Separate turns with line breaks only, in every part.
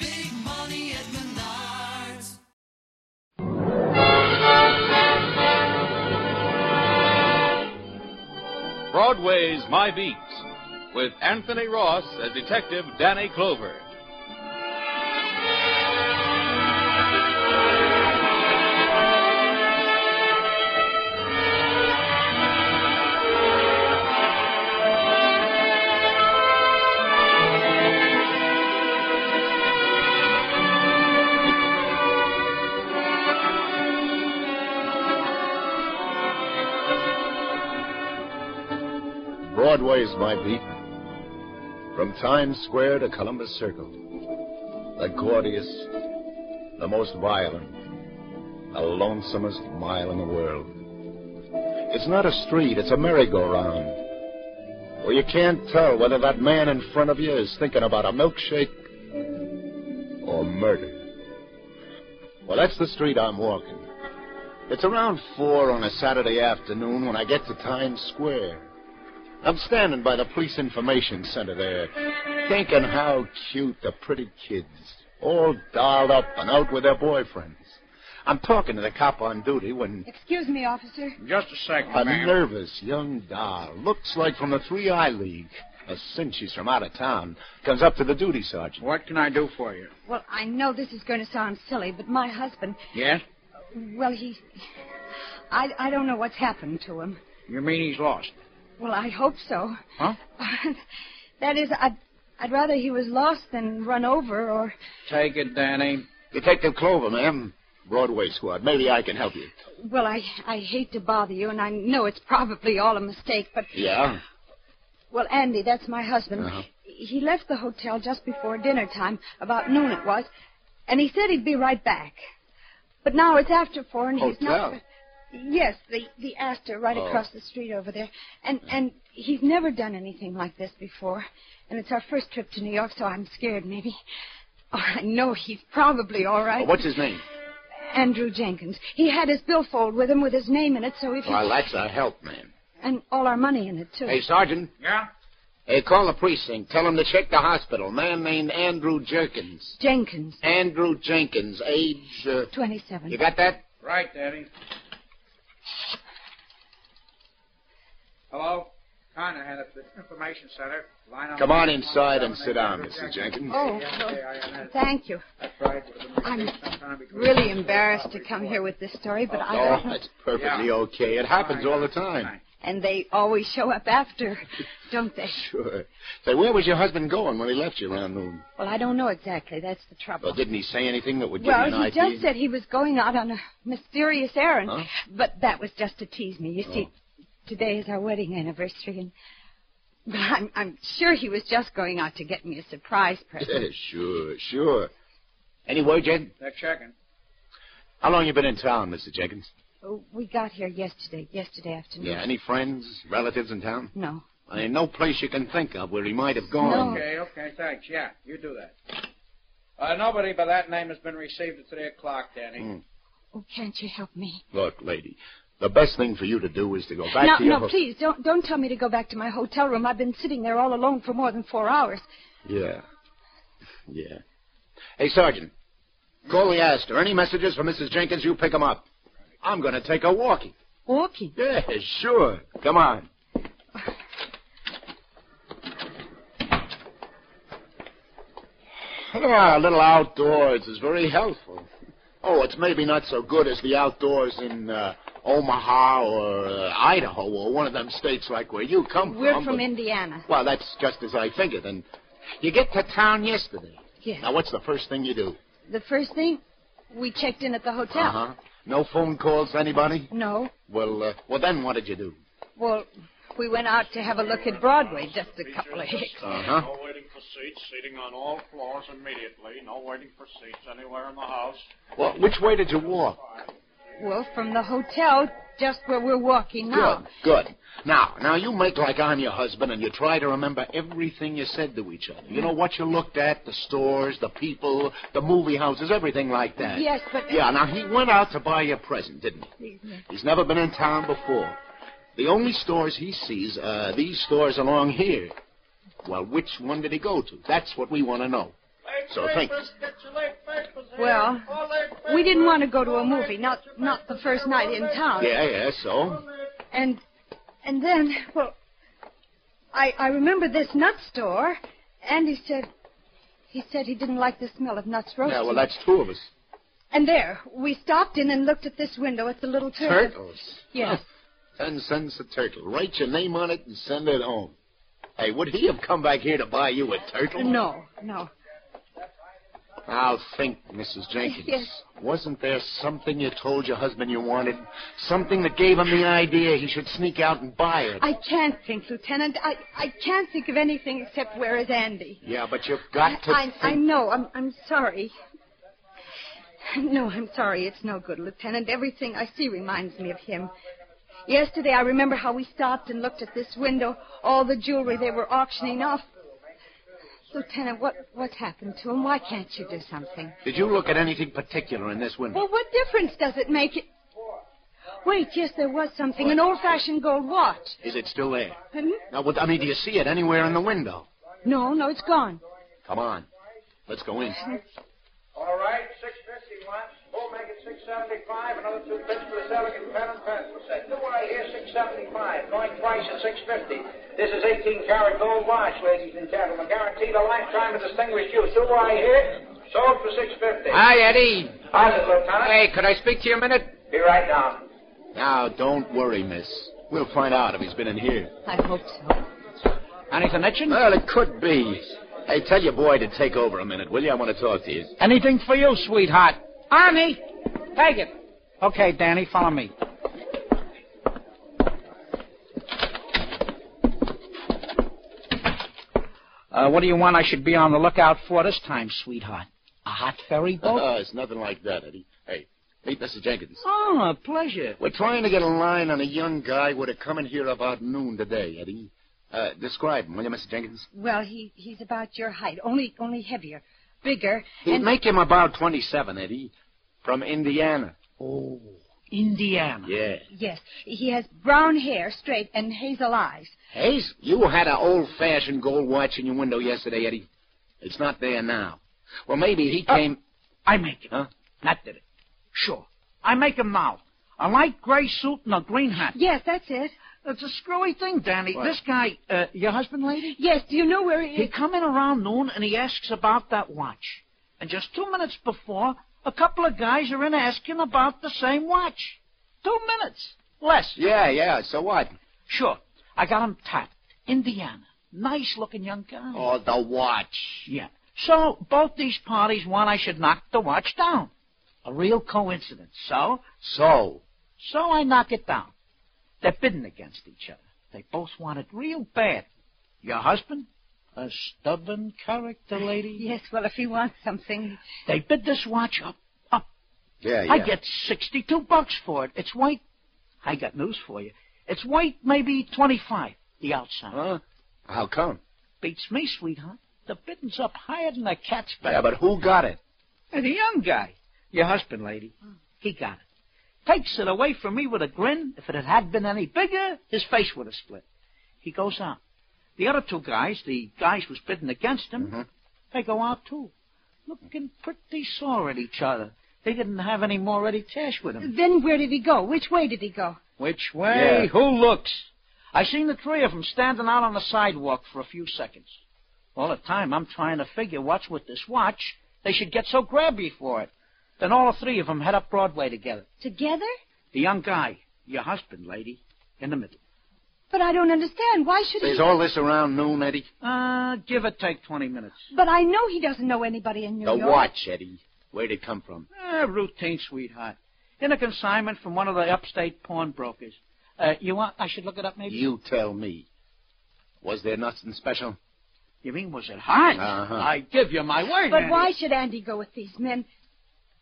big money at Menards.
Broadway's My Beat with Anthony Ross as Detective Danny Clover.
Broadway's my beat. From Times Square to Columbus Circle. The gaudiest, the most violent, the lonesomest mile in the world. It's not a street, it's a merry-go-round. Where you can't tell whether that man in front of you is thinking about a milkshake or murder. Well, that's the street I'm walking. It's around four on a Saturday afternoon when I get to Times Square. I'm standing by the police information center there, thinking how cute the pretty kids, all dolled up and out with their boyfriends. I'm talking to the cop on duty when
Excuse me, officer.
Just a second,
a
ma'am.
nervous young doll, looks like from the Three Eye League, a cinch she's from out of town, comes up to the duty sergeant.
What can I do for you?
Well, I know this is going to sound silly, but my husband,
Yes?
well, he. I, I don't know what's happened to him.
You mean he's lost?
Well, I hope so.
Huh?
that is, I'd, I'd rather he was lost than run over or.
Take it, Danny.
Detective Clover, ma'am. Broadway squad. Maybe I can help you.
Well, I, I hate to bother you, and I know it's probably all a mistake, but.
Yeah?
Well, Andy, that's my husband.
Uh-huh.
He left the hotel just before dinner time, about noon it was, and he said he'd be right back. But now it's after four, and he's
Hotel?
not. Yes, the the Astor right
Oh.
across the street over there, and and he's never done anything like this before, and it's our first trip to New York, so I'm scared. Maybe. Oh, I know he's probably all right.
Uh, What's his name?
Andrew Jenkins. He had his billfold with him with his name in it, so if he-
Well, that's a help, ma'am.
and all our money in it too.
Oh, Hey, sergeant.
Yeah?
Hey, call the precinct. Tell them to check the hospital. Man named Andrew Jerkins.
Jenkins,
Andrew Jenkins, age. Uh,
twenty-seven.
you got that?
Right, Danny. Hello? Carnahan at the Information Center. Line
Come on inside and sit down, Mr. Jenkins.
Oh, well, thank you. I'm really embarrassed to come here with this story, but I
Oh,
don't.
that's perfectly okay. It happens all the time.
And they always show up after, don't they?
Sure. Say, where was your husband going when he left you around noon?
Well, I don't know exactly. That's the trouble.
Well, didn't he say anything that would give
Well,
you an
he
idea?
just said he was going out on a mysterious errand,
Huh? Oh.
but that was just to tease me. You see, today is our wedding anniversary, and but I'm I'm sure he was just going out to get me a surprise present.
Yeah, sure, sure. Any word yet?
They're checking.
How long you been in town, Mr. Jenkins?
Oh, we got here yesterday, yesterday afternoon.
Yeah, any friends, relatives in town?
No.
I mean, no place you can think of where he might have
Oh.
gone.
Okay, okay, thanks. Yeah, you do that. Uh, nobody by that name has been received at 3 o'clock, Danny.
Hmm.
Oh, can't you help me?
Look, lady, the best thing for you to do is to go back
no,
to your
no,
ho-
please don't don't tell me to go back to my hotel room. I've been sitting there all alone for more than four hours.
Yeah. Yeah. Hey, Sergeant, call the Astor. Any messages for Mrs. Jenkins, you pick 'em up. I'm going to take her walking.
Walking.
Yeah, sure. Come on. Ah, a little outdoors is very helpful. Oh, it's maybe not so good as the outdoors in uh, Omaha or uh, Idaho or one of them states like where you come
We're
from.
from
but-
Indiana.
Well, that's just as I figured. And you get to town yesterday.
Yes.
Now, what's the first thing you do?
The first thing, we checked in at the hotel.
Uh-huh. No phone calls to anybody?
No.
Well, uh, well, then what did you do?
Well, we went out to have a look at Broadway just a couple of hicks.
Uh-huh.
No waiting for seats. Seating on all floors immediately. No waiting for seats anywhere in the house.
Well, which way did you walk?
Well, from the hotel, just where we're walking now.
Good, good. Now, now you make like I'm your husband and you try to remember everything you said to each other. You know what you looked at, the stores, the people, the movie houses, everything like that.
Yes, but-
Yeah, now he went out to buy you a present, didn't he? He's never been in town before. The only stores he sees are these stores along here. Well, which one did he go to? That's what we want to know. So think.
Well, we didn't want to go to a movie, not not the first night in town.
Yeah, yeah, so?
And and then, well, I I remember this nut store. Andy said he said he didn't like the smell of nuts roasted.
Yeah, well, that's two of us.
And there, we stopped in and looked at this window at the little turtle.
Turtles.
Yes.
Ten cents a turtle. Write your name on it and send it home. Hey, would he have come back here to buy you a turtle?
No, no.
I'll think, Mrs. Jenkins.
Yes.
Wasn't there something you told your husband you wanted? Something that gave him the idea he should sneak out and buy it?
I can't think, Lieutenant. I, I can't think of anything except where is Andy.
Yeah, but you've got to
I,
think.
I know. I'm, I'm sorry. No, I'm sorry. It's no good, Lieutenant. Everything I see reminds me of him. Yesterday, I remember how we stopped and looked at this window, all the jewelry they were auctioning off. Lieutenant, what, what's happened to him? Why can't you do something?
Did you look at anything particular in this window?
Well, what difference does it make? It... Wait, yes, there was something. An old-fashioned gold watch.
Is it still there?
Hmm?
Now, what, I mean, do you see it anywhere in the window?
No, no, it's gone.
Come on. Let's go in.
All right, six fifty one. We'll make it six seventy five. Another two bits for the delegate pen and pencil set. Do I hear six seventy five? Going twice at six fifty. This is eighteen karat gold watch, ladies and gentlemen, guaranteed a lifetime of distinguished use. Do I hear? Sold for six fifty.
Hi, Eddie.
How's it, Lieutenant?
Hey, could I speak to you a minute?
Be right down.
Now, don't worry, miss. We'll find out if he's been in here.
I hope so.
Anything itching?
Well, it could be. Hey, tell your boy to take over a minute, will you? I want to talk to you.
Anything for you, sweetheart. Arnie, take it. Okay, Danny, follow me. Uh, what do you want I should be on the lookout for this time, sweetheart? A hot ferry boat?
Oh, it's nothing like that, Eddie. Hey, meet Mr. Jenkins.
Oh, a pleasure.
We're trying to get a line on a young guy who would have come in here about noon today, Eddie. Uh, describe him, will you, Mr. Jenkins?
Well, he, he's about your height, only only heavier, bigger.
He'd
and
make him about 27, Eddie. From Indiana.
Oh, Indiana.
Yeah.
yes, he has brown hair, straight, and hazel eyes.
Hayes, you had an old-fashioned gold watch in your window yesterday, Eddie. It's not there now. Well, maybe he
Uh,
came...
I make it.
Huh?
Not did it. Sure. I make him now. A light gray suit and a green hat.
Yes, that's it.
It's a screwy thing, Danny.
What?
This guy, uh, your husband, lady?
Yes, do you know where he
He
is?
come in around noon and he asks about that watch. And just two minutes before, a couple of guys are in asking about the same watch. Two minutes. Less.
Yeah, yeah, so what?
Sure. I got him tapped. Indiana. Nice looking young guy.
Oh, the watch.
Yeah. So both these parties want I should knock the watch down. A real coincidence. So
So,
So I knock it down. They're bidding against each other. They both want it real bad. Your husband? A stubborn character, lady.
Yes, well, if he wants something,
They bid this watch up, up.
yeah, yeah.
I get 62 bucks for it. It's white. I got news for you. It's white, maybe 25, the outside.
Huh? How come?
Beats me, sweetheart. The bidding's up higher than a cat's back.
Yeah, but who got it?
And the young guy, your husband, lady, he got it. Takes it away from me with a grin. If it had had been any bigger, his face would have split. He goes out. The other two guys, the guys who's bidding against him,
Mhm.
they go out too, looking pretty sore at each other. They didn't have any more ready cash with them.
then where did he go? Which way did he go?
Which way?
Yeah.
Who looks? I seen the three of 'em standing out on the sidewalk for a few seconds. All the time I'm trying to figure what's with this watch. They should get so grabby for it. Then all the three of 'em head up Broadway together.
Together?
The young guy, your husband, lady, in the middle.
But I don't understand. Why should he?
Is all this around noon, Eddie?
Uh, give or take 20 minutes.
But I know he doesn't know anybody in New
The
York.
watch, Eddie. Where'd it come from?
Uh, routine, sweetheart. In a consignment from one of the upstate pawnbrokers. Uh, you want? I should look it up, maybe.
You tell me. Was there nothing special?
You mean was it hot?
Uh-huh.
I give you my word.
But
Annie.
why should Andy go with these men?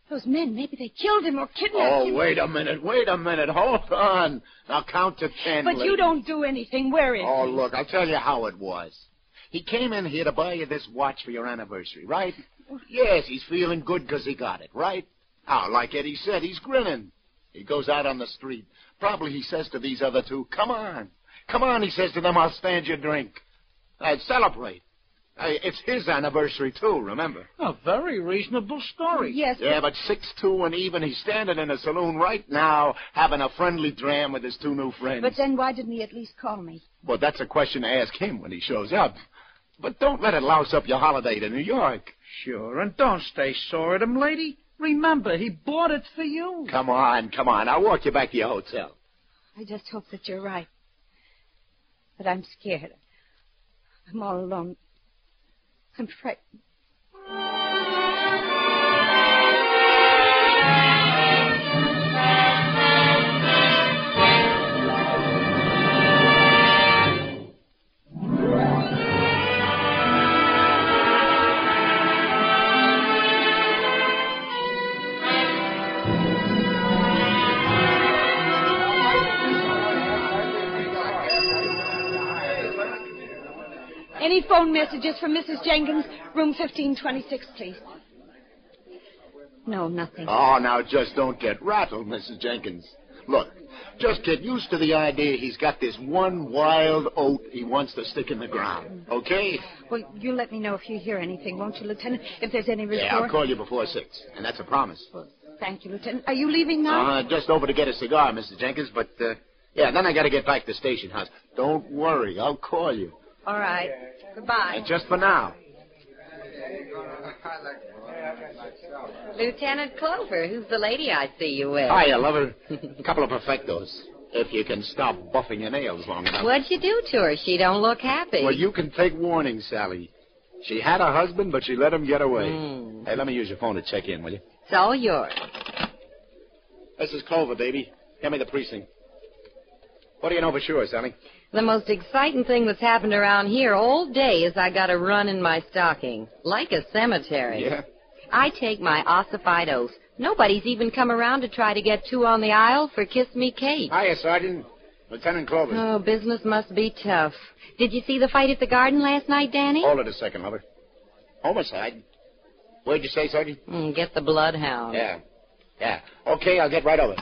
Those men, maybe they killed him or kidnapped
Oh,
him.
wait a minute, wait a minute, hold on. Now count to ten.
But you
lady.
don't do anything. Where is
Oh,
he?
look, I'll tell you how it was. He came in here to buy you this watch for your anniversary, right? Yes, he's feeling good 'cause he got it, right? Now, like Eddie said, he's grinning. He goes out on the street. Probably he says to these other two, come on. Come on, he says to them, I'll stand your drink. I'd celebrate. Hey, it's his anniversary, too, remember?
A very reasonable story.
Yes,
Yeah, but 6'2 and even, he's standing in a saloon right now having a friendly dram with his two new friends.
but then why didn't he at least call me?
Well, that's a question to ask him when he shows up. But don't let it louse up your holiday to New York.
Sure, and don't stay sore at him, lady. Remember, he bought it for you.
Come on, come on. I'll walk you back to your hotel.
I just hope that you're right. But I'm scared. I'm all alone. I'm frightened. Any phone messages from Mrs. Jenkins? Room 1526, please. No, nothing.
Oh, now just don't get rattled, Mrs. Jenkins. Look, just get used to the idea he's got this one wild oat he wants to stick in the ground. Okay?
Well, you let me know if you hear anything, won't you, Lieutenant? If there's any report.
Yeah, I'll call you before six, and that's a promise.
Thank you, Lieutenant. Are you leaving now?
Uh, just over to get a cigar, Mrs. Jenkins, but, uh, yeah, then I gotta get back to station house. Don't worry, I'll call you.
All right. Goodbye.
And just for now.
Lieutenant Clover, who's the lady I see you with?
Hiya, lover. A couple of perfectos. If you can stop buffing your nails long enough.
What'd you do to her? She don't look happy.
Well, you can take warning, Sally. She had a husband, but she let him get away.
Hmm.
Hey, let me use your phone to check in, will you?
It's all yours.
This is Clover, baby. Hand me the precinct. What do you know for sure, Sally?
The most exciting thing that's happened around here all day is I got a run in my stocking, like a cemetery. I take my ossified oath. Nobody's even come around to try to get two on the aisle for Kiss Me Kate.
Hiya, Sergeant. Lieutenant Clover.
Oh, business must be tough. Did you see the fight at the garden last night, Danny?
Hold it a second, lover. Homicide. Where'd you say, Sergeant?
Mm, get the bloodhound.
Yeah. Yeah. Okay, I'll get right over.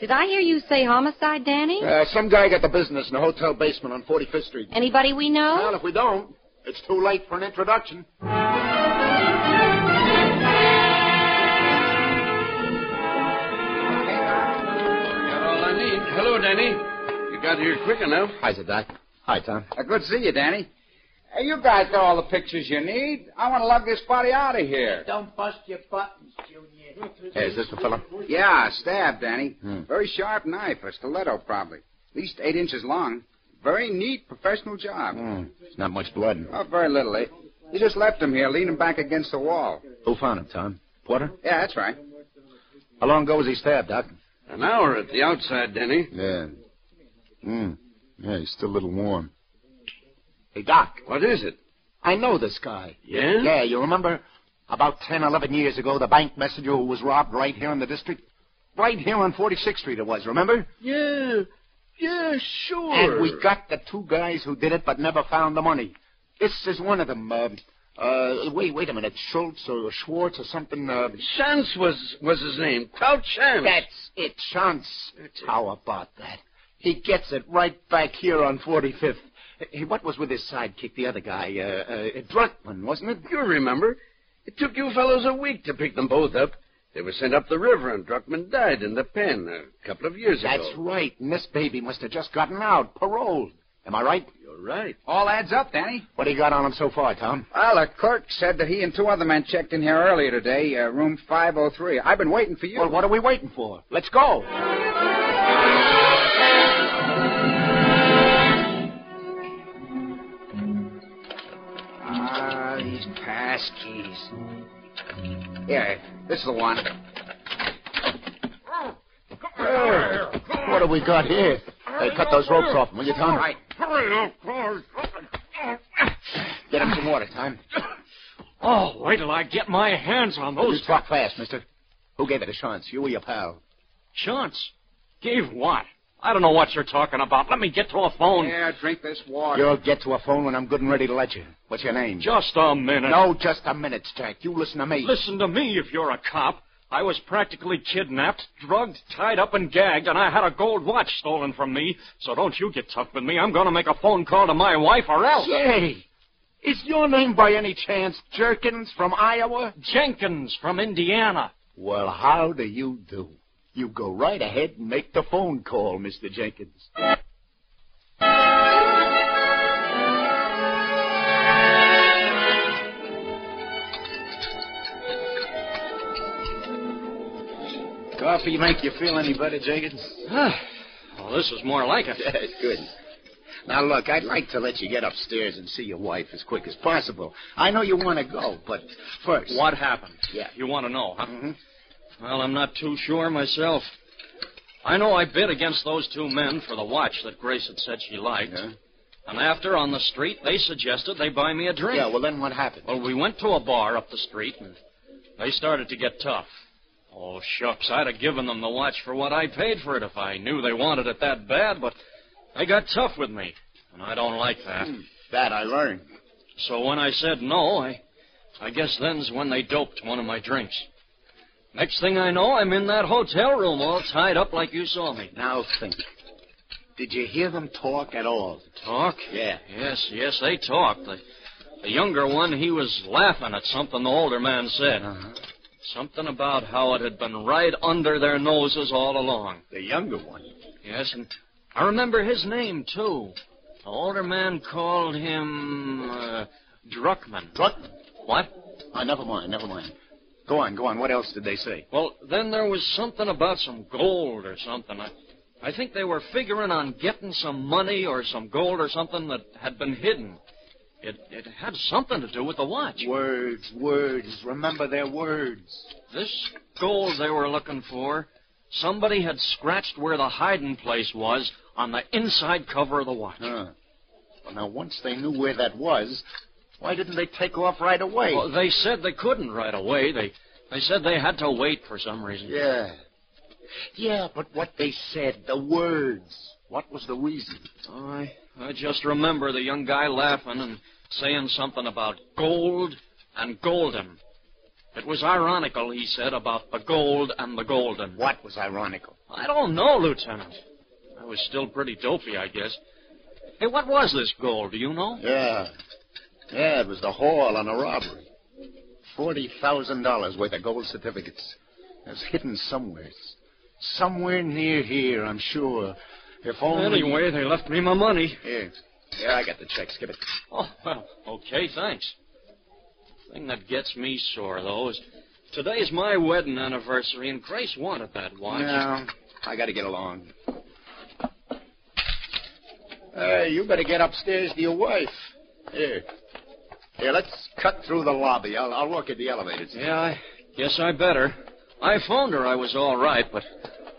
Did I hear you say homicide, Danny?
Uh, some guy got the business in a hotel basement on 45th Street.
Anybody we know?
Well, if we don't, it's too late for an introduction.
Got all I need. Hello, Danny. You got here quick enough.
Hi, Doc. Hi, Tom.
Uh, good to see you, Danny. Hey, you guys got all the pictures you need. I want to lug this body out of here.
Don't bust your buttons, Junior.
Hey, is this the fellow?
Yeah, stabbed, Danny.
Hmm.
Very sharp knife, a stiletto probably. At least eight inches long. Very neat professional job.
Mm, not much blood.
Oh, very little. eh? You just left him here, leaning back against the wall.
Who found him, Tom? Porter?
Yeah, that's right.
How long ago was he stabbed, Doc?
An hour at the outside, Denny.
Yeah. Mm. Yeah, he's still a little warm. Hey, Doc,
What is it?
I know this guy.
Yeah?
Yeah, you remember about ten, eleven years ago, the bank messenger who was robbed right here in the district? Right here on 46th Street it was, remember?
Yeah. Yeah, sure.
And we got the two guys who did it but never found the money. This is one of them. Uh, uh, wait, wait a minute. Schultz or Schwartz or something. Uh,
Chance was was his name. Clout Chance.
That's it, Chance. How about that? He gets it right back here on 45th. Hey, what was with his sidekick, the other guy? Uh, uh, Druckman, wasn't it?
You remember. It took you fellows a week to pick them both up. They were sent up the river, and Druckman died in the pen a couple of years
That's
ago.
right. And this baby must have just gotten out, paroled. Am I right?
You're right.
All adds up, Danny.
What do you got on him so far, Tom?
Well, the clerk said that he and two other men checked in here earlier today, uh, room 503. I've been waiting for you.
Well, what are we waiting for? Let's go.
Ah, these pass keys. Here, this is the one.
What have we got here? Hey, cut those ropes off him, will you, Tom?
All right. Hurry up, Claus.
Get him some water, Tom.
Oh, wait till I get my hands on those.
You talk Oh, fast, mister. Who gave it a chance, you or your pal?
Chance? Gave what? I don't know what you're talking about. Let me get to a phone.
Yeah, drink this water.
You'll get to a phone when I'm good and ready to let you. What's your name?
Just a minute.
No, just a minute, Jack. You listen to me.
Listen to me if you're a cop. I was practically kidnapped, drugged, tied up, and gagged, and I had a gold watch stolen from me. So don't you get tough with me. I'm going to make a phone call to my wife or else.
Say, is your name by any chance Jerkins from Iowa?
Jenkins from Indiana.
Well, how do you do? You go right ahead and make the phone call, Mr. Jenkins.
Coffee make you feel any better, Jenkins?
Ah, well, this is more like it.
That's good. Now, look, I'd like to let you get upstairs and see your wife as quick as possible. I know you want to go, but first.
What happened?
Yeah. Mm-hmm.
You want to know, huh? Well, I'm not too sure myself. I know I bid against those two men for the watch that Grace had said she liked. And after, on the street, they suggested they buy me a drink.
Yeah, well, then what happened?
Well, we went to a bar up the street, and they started to get tough. Oh, shucks, I'd have given them the watch for what I paid for it if I knew they wanted it that bad, but they got tough with me, and I don't like that.
That I learned.
So when I said no, I, I guess then's when they doped one of my drinks. Next thing I know, I'm in that hotel room all tied up like you saw me.
Now think. Did you hear them talk at all?
Talk?
Yeah.
Yes, yes, they talked. The, the younger one, he was laughing at something the older man said. Something about how it had been right under their noses all along.
The younger one.
Yes, and I remember his name, too. The older man called him uh, Druckman.
Druckman?
What?
Ah, never mind, never mind. Go on, go on. What else did they say?
Well, then there was something about some gold or something. I, I think they were figuring on getting some money or some gold or something that had been hidden. It, it had something to do with the watch.
Words, words. Remember their words.
This gold they were looking for, somebody had scratched where the hiding place was on the inside cover of the watch.
Huh. Well, now, once they knew where that was, why didn't they take off right away?
Well, they said they couldn't right away. They they said they had to wait for some reason.
Yeah. Yeah, but what they said, the words. What was the reason?
Oh, I I just remember the young guy laughing and saying something about gold and golden. It was ironical, he said, about the gold and the golden.
What was ironical?
I don't know, Lieutenant. I was still pretty dopey, I guess. Hey, what was this gold? Do you know?
Yeah. Yeah, it was the haul on a robbery. $40,000 worth of gold certificates. It was hidden somewhere. Somewhere near here, I'm sure. If only.
Anyway, they left me my money.
Here. Here, I got the check. Skip it.
Oh, well, okay, thanks. Thing that gets me sore, though, is today's my wedding anniversary, and Grace wanted that watch.
No, I gotta get along. Hey, you better get upstairs to your wife. Here. Here, let's cut through the lobby. I'll, I'll walk you to the elevators.
Yeah, I guess I better. I phoned her I was all right, but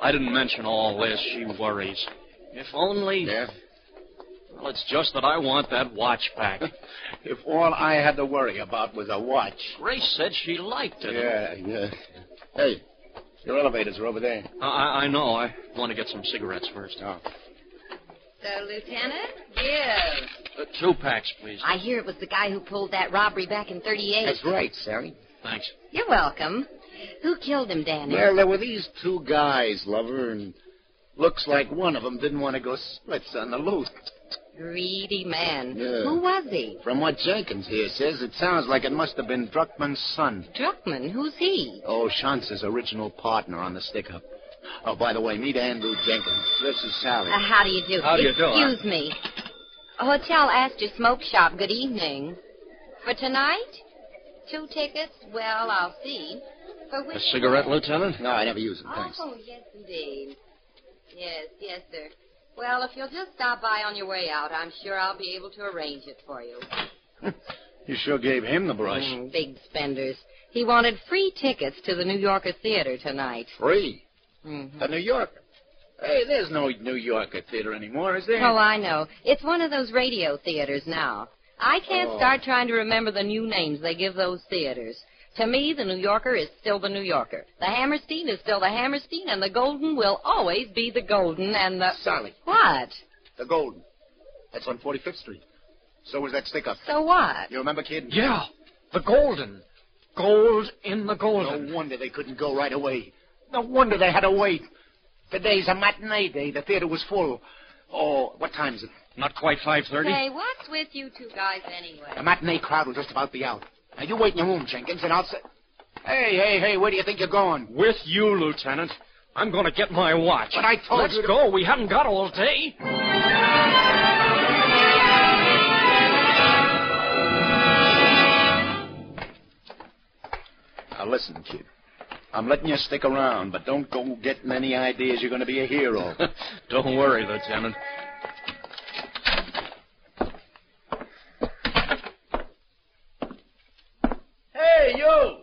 I didn't mention all this. She worries. If only.
Yeah?
Well, it's just that I want that watch back.
If all I had to worry about was a watch.
Grace said she liked it.
Yeah, yeah. Hey, your elevators are over there.
I- I, I know. I want to get some cigarettes first.
Oh.
So, Lieutenant? Yes.
Uh, two packs, please.
I hear it was the guy who pulled that robbery back in 38.
That's right, Sally.
Thanks.
You're welcome. Who killed him, Danny?
Well, there were these two guys, lover, and looks like one of them didn't want to go splits on the loot.
Greedy man.
Yeah.
Who was he?
From what Jenkins here says, it sounds like it must have been Druckman's son.
Druckman. Who's he?
Oh, Chance's original partner on the stick-up. Oh, by the way, meet Andrew Jenkins. This is Sally.
Uh, how do you do?
How do you do, huh?
Excuse me. Hotel Astor Smoke Shop. Good evening. For tonight? Two tickets? Well, I'll see. For which?
A cigarette, Lieutenant?
No, I never use them, thanks.
Oh, yes, indeed. Yes, yes, sir. Well, if you'll just stop by on your way out, I'm sure I'll be able to arrange it for you.
You sure gave him the brush.
Mm, big spenders. He wanted free tickets to the New Yorker Theater tonight.
Free.
Mhm.
A New Yorker.
Hey, there's no New Yorker theater anymore, is there?
Oh, I know. It's one of those radio theaters now. I can't
Oh.
start trying to remember the new names they give those theaters. To me, the New Yorker is still the New Yorker. The Hammerstein is still the Hammerstein, and the Golden will always be the Golden, and the.
Sally.
What?
The Golden. That's on 45th Street. So was that stick up.
So what?
You remember, kid?
Yeah, the Golden. Gold in the Golden.
No wonder they couldn't go right away. No wonder they had to wait. Today's a matinee day. The theater was full. Oh, what time is it?
Not quite 5.30.
Say, what's with you two guys anyway?
The matinee crowd will just about be out. Now, you wait in your room, Jenkins, and I'll say... Hey, hey, hey, where do you think you're going?
With you, Lieutenant. I'm going to get my watch.
But I told
Let's
you to-
go. We haven't got all day.
Now listen, kid. I'm letting you stick around, but don't go getting any ideas you're going to be a hero.
Don't worry, Lieutenant.
Hey, you!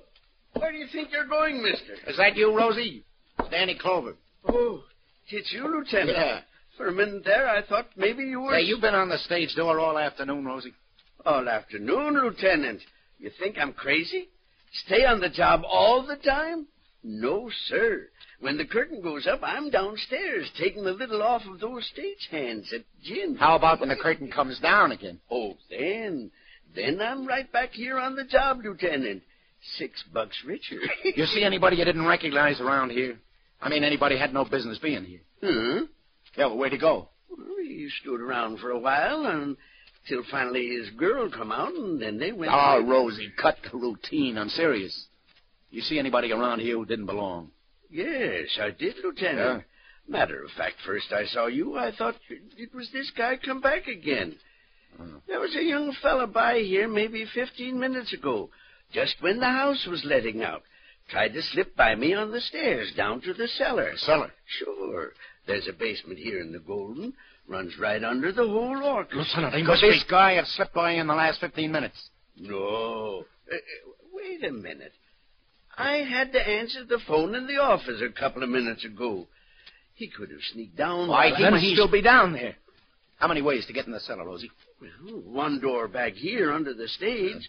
Where do you think you're going, mister?
Is that you, Rosie? It's Danny Clover.
Oh, it's you, Lieutenant.
Yeah.
For a minute there, I thought maybe you were.
Hey, you've been on the stage door all afternoon, Rosie.
All afternoon, Lieutenant. You think I'm crazy? Stay on the job all the time? No, sir. When the curtain goes up, I'm downstairs taking the little off of those stage hands at gin.
How about when the curtain comes down again?
Oh, then, then I'm right back here on the job, Lieutenant. Six bucks richer.
You see anybody you didn't recognize around here? I mean, anybody had no business being here.
Hmm?
Yeah, well, where'd he go?
Well, he stood around for a while until finally his girl come out, and then they went.
Ah, Rosie, cut the routine. I'm serious. You see anybody around here who didn't belong?
Yes, I did, Lieutenant. Matter of fact, first I saw you, I thought it was this guy come back again.
Mm.
There was a young fella by here maybe 15 minutes ago, just when the house was letting out. Tried to slip by me on the stairs down to the cellar.
Cellar?
Sure. There's a basement here in the Golden. Runs right under the whole orchestra.
Lieutenant,
Could this guy have slipped by in the last 15 minutes?
No. Uh, uh, wait a minute. I had to answer the phone in the office a couple of minutes ago. He could have sneaked down.
Why,
while
he
I
must
was-
still be down there. How many ways to get in the cellar, Rosie?
Well, one door back here under the stage,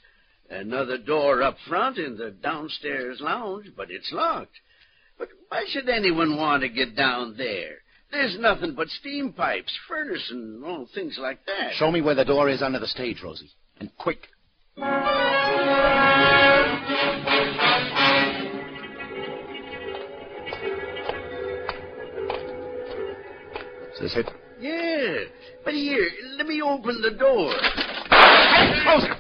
another door up front in the downstairs lounge, but it's locked. But why should anyone want to get down there? There's nothing but steam pipes, furnace, and all things like that.
Show me where the door is under the stage, Rosie. And quick. Is this it?
Yeah, but here, let me open the door.
Close it!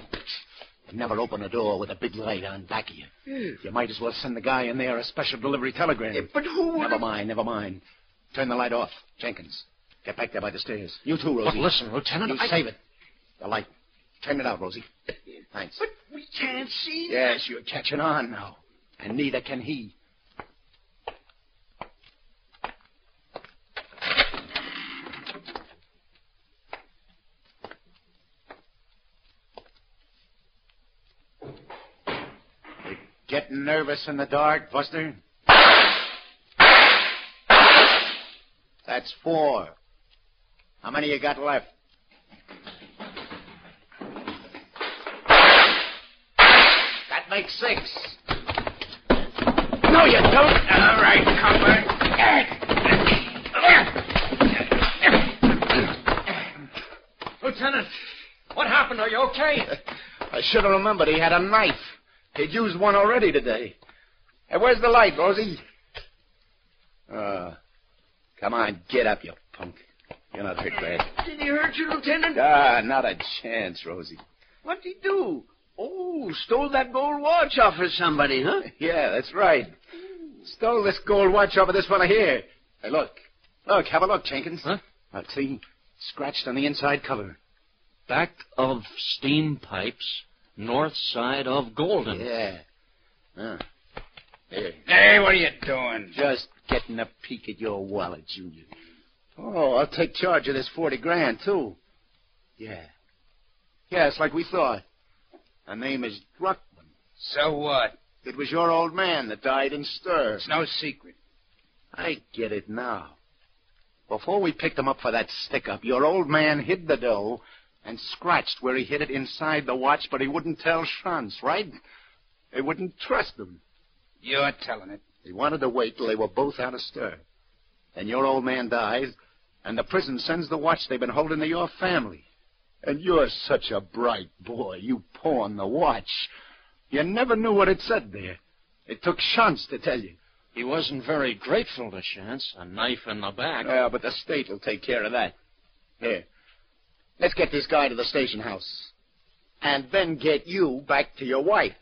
Never open a door with a big light on back of you. You might as well send the guy in there a special delivery telegram.
Eh, but who?
Never mind, never mind. Turn the light off. Jenkins, get back there by the stairs. You too, Rosie.
But listen, Lieutenant,
You
I-
save it. The light. Turn it out, Rosie. Thanks.
We can't see.
Yes, you're catching on now. And neither can he. You Getting nervous in the dark, Buster? That's four. How many you got left? That makes six. No, you don't. All right, Copper.
Lieutenant, what happened? Are you okay?
I should have remembered he had a knife. He'd used one already today. Hey, where's the light, Rosie? Uh, come on, get up, you punk. You're not hurt bad.
Did he hurt you, Lieutenant?
Ah, not a chance, Rosie.
What'd he do? Oh, stole that gold watch off of somebody, huh?
Yeah, that's right. Stole this gold watch over this fella here. Hey, look. Look, have a look, Jenkins. Huh? Look, see? Scratched on the inside cover.
Back of steam pipes, north side of Golden.
Yeah. Huh. Here.
Hey, what are you doing?
Just getting a peek at your wallet, Junior. Oh, I'll take charge of this 40 grand, too. Yeah. Yeah, it's like we thought. Her name is Druckman.
So what?
It was your old man that died in stir.
It's no secret.
I get it now. Before we picked him up for that stick up, your old man hid the dough and scratched where he hid it inside the watch, but he wouldn't tell Shantz, right? They wouldn't trust him.
You're telling it.
He wanted to wait till they were both out of stir. Then your old man dies, and the prison sends the watch they've been holding to your family. And you're such a bright boy. You pawned the watch. You never knew what it said there. It took Shantz to tell you.
He wasn't very grateful to Chance. Uh, A knife in the back.
Yeah, Oh, but the state will take care of that. Here. Let's get this guy to the station house. And then get you back to your wife.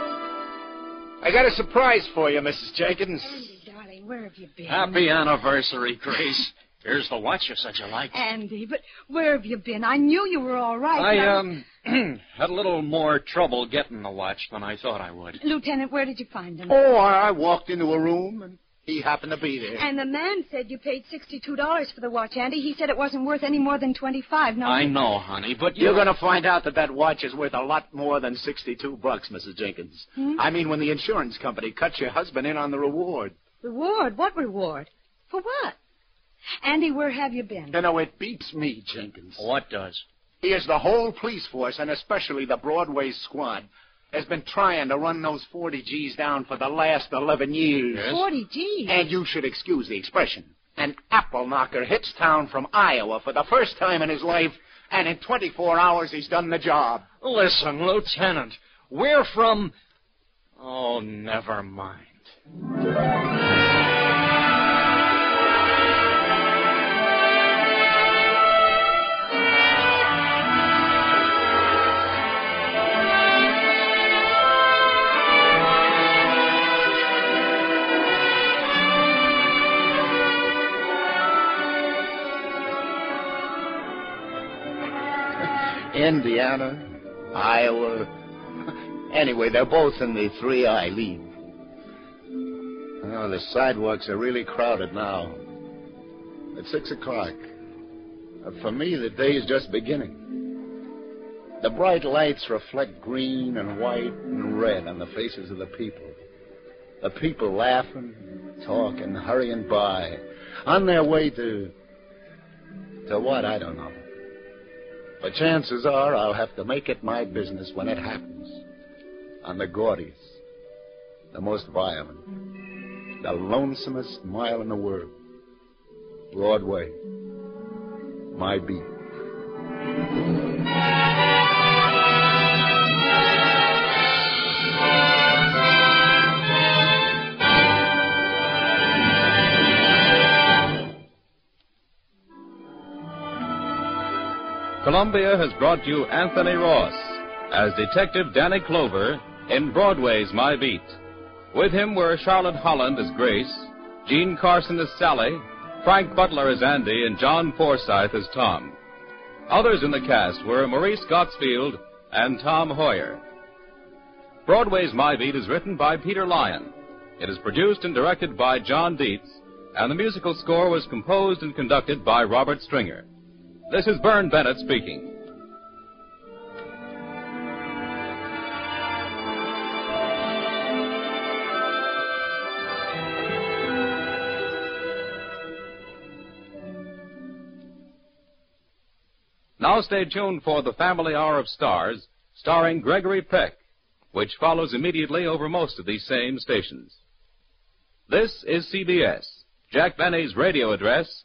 I got a surprise for you, Mrs. Jenkins.
Andy, darling, where have you been?
Happy anniversary, Grace. Here's the watch you said you liked.
Andy, but where have you been? I knew you were all right.
I
but-
um had a little more trouble getting the watch than I thought I would.
Lieutenant, where did you find him?
Oh, I I walked into a room, and he happened to be there.
And the man said you paid sixty-two dollars for the watch, Andy. He said it wasn't worth any more than twenty-five. No,
I know, honey, but
You're going to find out that that watch is worth a lot more than 62 bucks, Mrs. Jenkins.
Hmm?
I mean, when the insurance company cuts your husband in on the reward.
Reward? What reward? For what? Andy, where have you been?
You know, it beats me, Jenkins.
What does?
Here's the whole police force, and especially the Broadway squad, has been trying to run those 40 G's down for the last 11 years.
Forty G's.
And you should excuse the expression. An apple knocker hits town from Iowa for the first time in his life, and in 24 hours he's done the job.
Listen, Lieutenant, we're from. Oh, never mind.
Indiana, Iowa. Anyway, they're both in the three I league. Oh, the sidewalks are really crowded now. It's six o'clock. Uh, For me, the day is just beginning. The bright lights reflect green and white and red on the faces of the people. The people laughing, talking, hurrying by, on their way to. to what? I don't know. But chances are I'll have to make it my business when it happens. On the gaudiest, the most violent, the lonesomest mile in the world. Broadway. My beat.
Columbia has brought you Anthony Ross as Detective Danny Clover in Broadway's My Beat. With him were Charlotte Holland as Grace, Gene Carson as Sally, Frank Butler as Andy, and John Forsythe as Tom. Others in the cast were Maurice Gottsfield and Tom Hoyer. Broadway's My Beat is written by Peter Lyon. It is produced and directed by John Dietz, and the musical score was composed and conducted by Robert Stringer. This is Vern Bennett speaking. Now stay tuned for the Family Hour of Stars, starring Gregory Peck, which follows immediately over most of these same stations. This is CBS, Jack Benny's radio address,